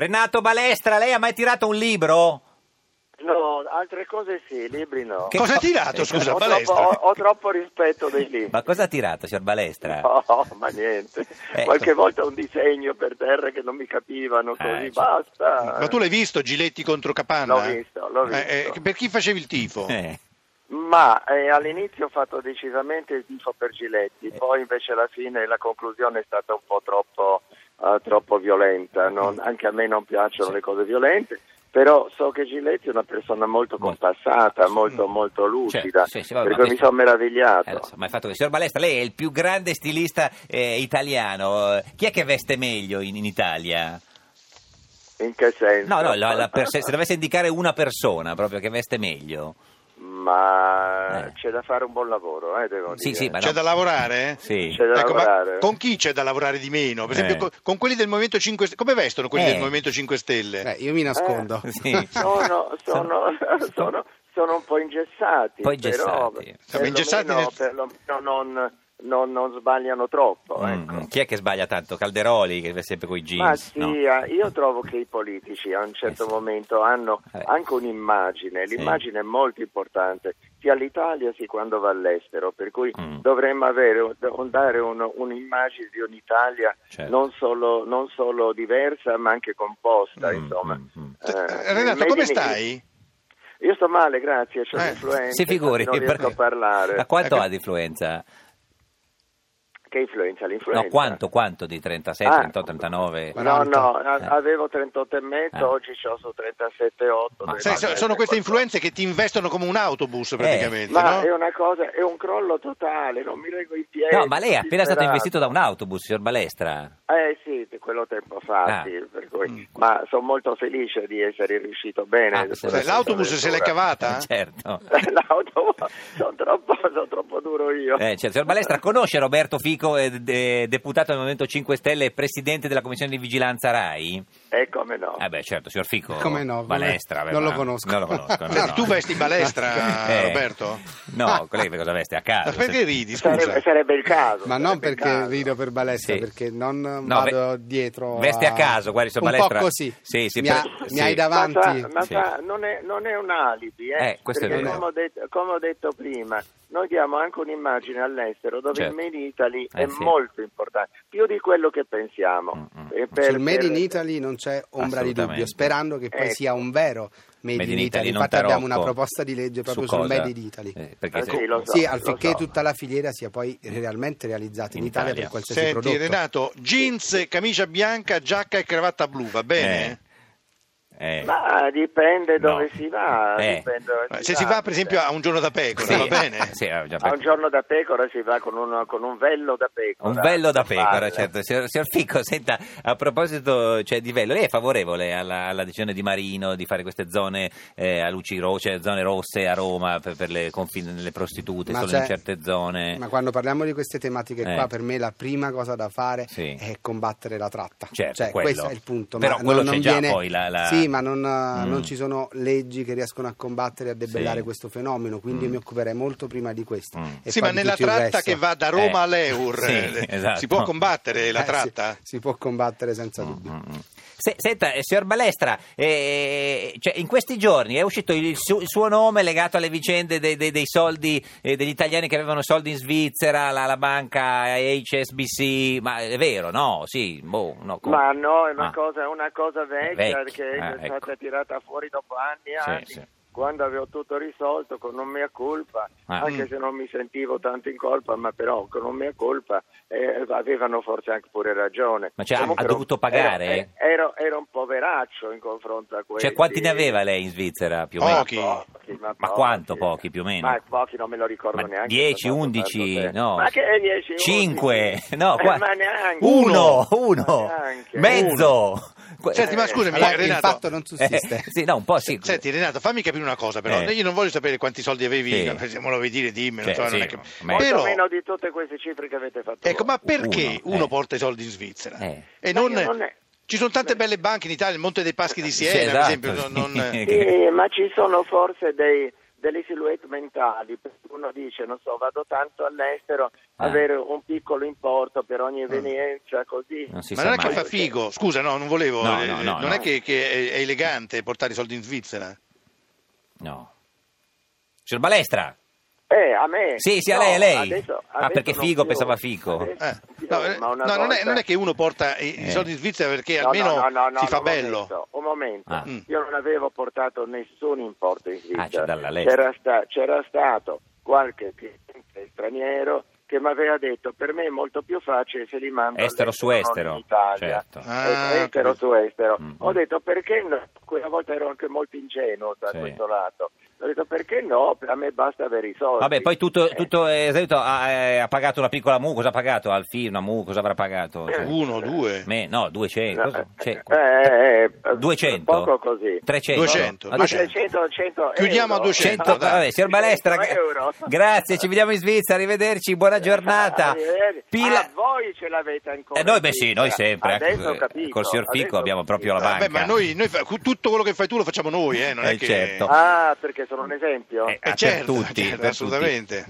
Renato Balestra, lei ha mai tirato un libro? No, altre cose sì, libri no. Che- Cosa ha tirato, Eh, scusa, ho, troppo, Balestra? ho, ho troppo rispetto dei libri. Ma cosa ha tirato, signor Balestra? No, ma niente. Ecco. Qualche volta un disegno per terra che non mi capivano, Ah, così certo. basta. Ma tu l'hai visto Giletti contro Capanna? Eh, L'ho visto, l'ho visto. per chi facevi il tifo? Eh, Ma eh, all'inizio ho fatto decisamente il tifo per Eh. Giletti, poi invece alla fine la conclusione è stata un po' troppo, eh, troppo violenta. Mm. non- anche a me non piacciono le cose violente. Però so che Giletti è una persona molto Molto. Certo. compassata, molto, molto lucida, cioè, sì, sì, vabbè, per ma cui mi questo- sono meravigliato. eh, lo so, ma il fatto che, signor Balestra, lei è il più grande stilista eh, italiano. Chi è che veste meglio in, in Italia? In che senso? No, no, la- la per- se, se dovesse indicare una persona proprio che veste meglio. Ma Eh. c'è da fare un buon lavoro, eh, devo Sì, dire. sì, ma C'è no. da lavorare? Sì. C'è da Ecco, ma lavorare. con chi c'è da lavorare di meno? Per esempio Eh. co- con, quelli del Movimento 5 Stelle. Come vestono quelli Eh. del Movimento 5 Stelle? Eh, Beh, io mi nascondo. Sì. Sono, sono, sono, sono un po' ingessati. Un po' ingessati. Però, Vabbè, ingessati perlomeno- nel- perlomeno non, non- non sbagliano troppo. Mm, ecco. Chi è che sbaglia tanto? Calderoli che veste sempre con i Ma jeans? sì, no? eh, io trovo che i politici a un certo Eh sì. momento hanno Vabbè. anche un'immagine, Sì. l'immagine è molto importante, sia all'Italia sia quando va all'estero, per cui Mm. dovremmo avere, un- un- dare un- un'immagine di un'Italia Certo. non, solo, non solo diversa ma anche composta, Mm, insomma. mm, mm. Eh, Eh, il Renato, Made come in Italy- stai? Io sto male, grazie, c'ho Eh, l'influenza, Si figuri. non riesco per- a parlare. Ma quanto Ecco. ha di influenza? Che influenza? L'influenza? No, quanto, quanto di 36, Ah. 38, 39? No, no, 40. a- Eh. avevo 38 e mezzo, Eh. oggi ho su 37,8. Ma- Sai, so- sono queste influenze che ti investono come un autobus Eh. praticamente, Ma no? è una cosa, è un crollo totale, non mi reggo i piedi. No, ma lei è appena stato disperato. investito da un autobus, signor Balestra. Eh sì, di quello tempo fa, Ah. sì, per cui- ma sono molto felice di essere riuscito bene. Ah, su se- questa Sai, Cioè, l'autobus se l'è avventura. cavata? Certo. L'autobus, sono troppo, sono troppo duro io. Eh, cioè, signor Balestra conosce Roberto Fico, eh, de- deputato del Movimento 5 Stelle e presidente della Commissione di Vigilanza RAI? E come no? Eh beh, certo, signor Fico. Come no, Balestra. vabbè, non ma- lo conosco. Non lo conosco. no, Senti, no. tu vesti balestra, Eh, Roberto? No, lei cosa veste a Ma caso? perché ridi, scusa? sarebbe, sarebbe il caso. Ma non sarebbe il perché caso. rido per balestra, Sì. perché non No, vado ve- dietro. veste a caso, guardi, signor Un Balestra. po' così. Sì, sì, mi, per- ha- sì. mi hai Ma, sa- davanti. ma Sì. sa, non, è, non è un alibi, eh, Eh, questo è perché vero. come ho, detto, come ho detto prima, noi diamo anche un'immagine all'estero dove Certo. il Made in Italy Eh, è sì. molto importante, più di quello che pensiamo. Eh, Mm, mm. E per- Sul Made in per- Italy non c'è ombra di Assolutamente. dubbio, sperando che poi Ecco. sia un vero Made, in Italy. non Infatti, abbiamo tarocco. una proposta di legge proprio Su sul cosa? Made in Italy. Eh, perché Eh, se- Eh. sì, lo so, sì, lo affinché so. tutta la filiera sia poi realmente realizzata in, In Italia, Italia. per qualsiasi Senti, prodotto. Renato, jeans, camicia bianca, giacca e cravatta blu, va bene? Eh. Eh. Ma ah, dipende No. dove si va. Eh. dipende dove Eh, Se si va per esempio a un giorno da pecora, Sì, va bene? sì, eh, Ah, già, A un giorno da pecora si va con, uno- con un vello da pecora. Un vello da a pecora, farla. certo. Signor, signor Fico, senta, a proposito cioè, di vello, lei è favorevole alla, alla decisione di Marino di fare queste zone eh, a luci rosse, cioè, zone rosse a Roma per, per le, confine- le prostitute, solo in c'è- certe zone? ma quando parliamo di queste tematiche Eh. qua, per me la prima cosa da fare Sì. è combattere la tratta. Certo, cioè, quello. questo è il punto. Però ma quello non, c'è non già viene- poi la- la- Sì, ma non, Mm. non ci sono leggi che riescono a combattere e a debellare Sì. questo fenomeno, quindi Mm. mi occuperei molto prima di questo. Mm. E sì, poi ma di nella tutto il tratta resto- che va da Roma Eh, all'Eur sì, eh, esatto. si può combattere la Eh, sì, tratta? si può combattere senza dubbio. Mm, mm. Se- senta, eh, signor Balestra, eh, cioè, in questi giorni è uscito il, su- il suo nome legato alle vicende dei, dei- dei soldi eh, degli italiani che avevano soldi in Svizzera, la, la banca eh, HSBC, ma è vero, no? Sì, boh, no, com- Ma no, è una, Ah. cosa, è una cosa vecchia Vecchia, che ah, è stata ecco. tirata fuori dopo anni e Sì, anni. sì. Quando avevo tutto risolto con non mea colpa, Ah. anche Mm. se non mi sentivo tanto in colpa, ma però con non mea colpa eh, avevano forse anche pure ragione. Ma cioè, ha- Comunque ha ero- dovuto pagare? Ero, eh, ero, ero un poveraccio in confronto a questi. Cioè, quanti ne aveva lei in Svizzera più o meno? Pochi. Ma quanto pochi, più o meno? Ma pochi non me lo ricordo Ma neanche. 10, quanto 11, tanto, eh. no. Ma che 10, 11? 5, no, Eh, qua- ma neanche. uno, Ma uno, neanche. mezzo. Que- Senti, ma scusami, Allora, il Renato. fatto non sussiste. Eh, sì, no, un po' sì. Senti Renato, fammi capire una cosa però, Eh. io non voglio sapere quanti soldi avevi, Sì. no, se me lo vuoi dire dimmi, non Cioè, so, sì, non è che- ma- Molto Però, meno di tutte queste cifre che avete fatto. ecco, voi. ma perché Uno, uno, eh. porta i soldi in Svizzera? Eh. E Ma non... io non è- Ci sono tante belle banche in Italia, il Monte dei Paschi di Sì, Siena, per esatto, esempio, non- sì. non- Sì, ma ci sono forse dei, delle silhouette mentali, per cui uno dice, non so, vado tanto all'estero, Ah. avere un piccolo importo per ogni evenienza, così. Non si Ah. Ma sa non è che mai. fa figo, scusa, no, non volevo. No, eh, no, no, non no. è che, che è, è elegante portare i soldi in Svizzera. No. Signor Balestra, Eh, a me. Sì, sì, a No, lei, a lei. adesso- Ah, adesso perché non figo, più. pensava fico. Adesso Eh, non più, No, eh, ma una no, non, è, volta- non è che uno porta i, i Eh. soldi in Svizzera perché No, almeno no, no, no, si fa un bello. momento, un momento. Ah. Mm. Io non avevo portato nessun importo in Svizzera. c'è dalla lesta. c'era, sta- c'era stato qualche cliente straniero che mi aveva detto per me è molto più facile se li mando estero su all'estero, estero. non in Italia. Certo. Ah, Eh, estero capito. su estero. Mm. Ho detto perché no? Quella volta ero anche molto ingenuo da Sì. questo lato. Ho detto perché no? A me basta avere i soldi. Vabbè, poi tutto, Eh. tutto eh, esempio, ha, eh, ha pagato una piccola mu, cosa ha pagato? Al film, una mu, cosa avrà pagato? Cioè, Uno, due. me- no, 200. No, cosa? Cioè, eh, eh, eh, 200? Poco così. 300. 200, Ah, Ma 200. 300, 100 Eh, Chiudiamo a euro. 200, 100, dai. vabbè, signor Balestra, 100 euro. gra- grazie, ci vediamo in Svizzera, arrivederci, buona giornata. Arrivederci. Pila- Ah, voi ce l'avete ancora. Eh, noi, in beh, sì, Svizzera. noi sempre, Adesso eh, ho capito. col signor Fico adesso ho abbiamo proprio la capito. banca. Vabbè, Eh, ma noi, noi fa- cu- tutto quello che fai tu lo facciamo noi, eh, non Eh, è che... certo. Ah, perché sono un esempio? Eh, Eh, per certo, tutti, certo, per tutti. assolutamente.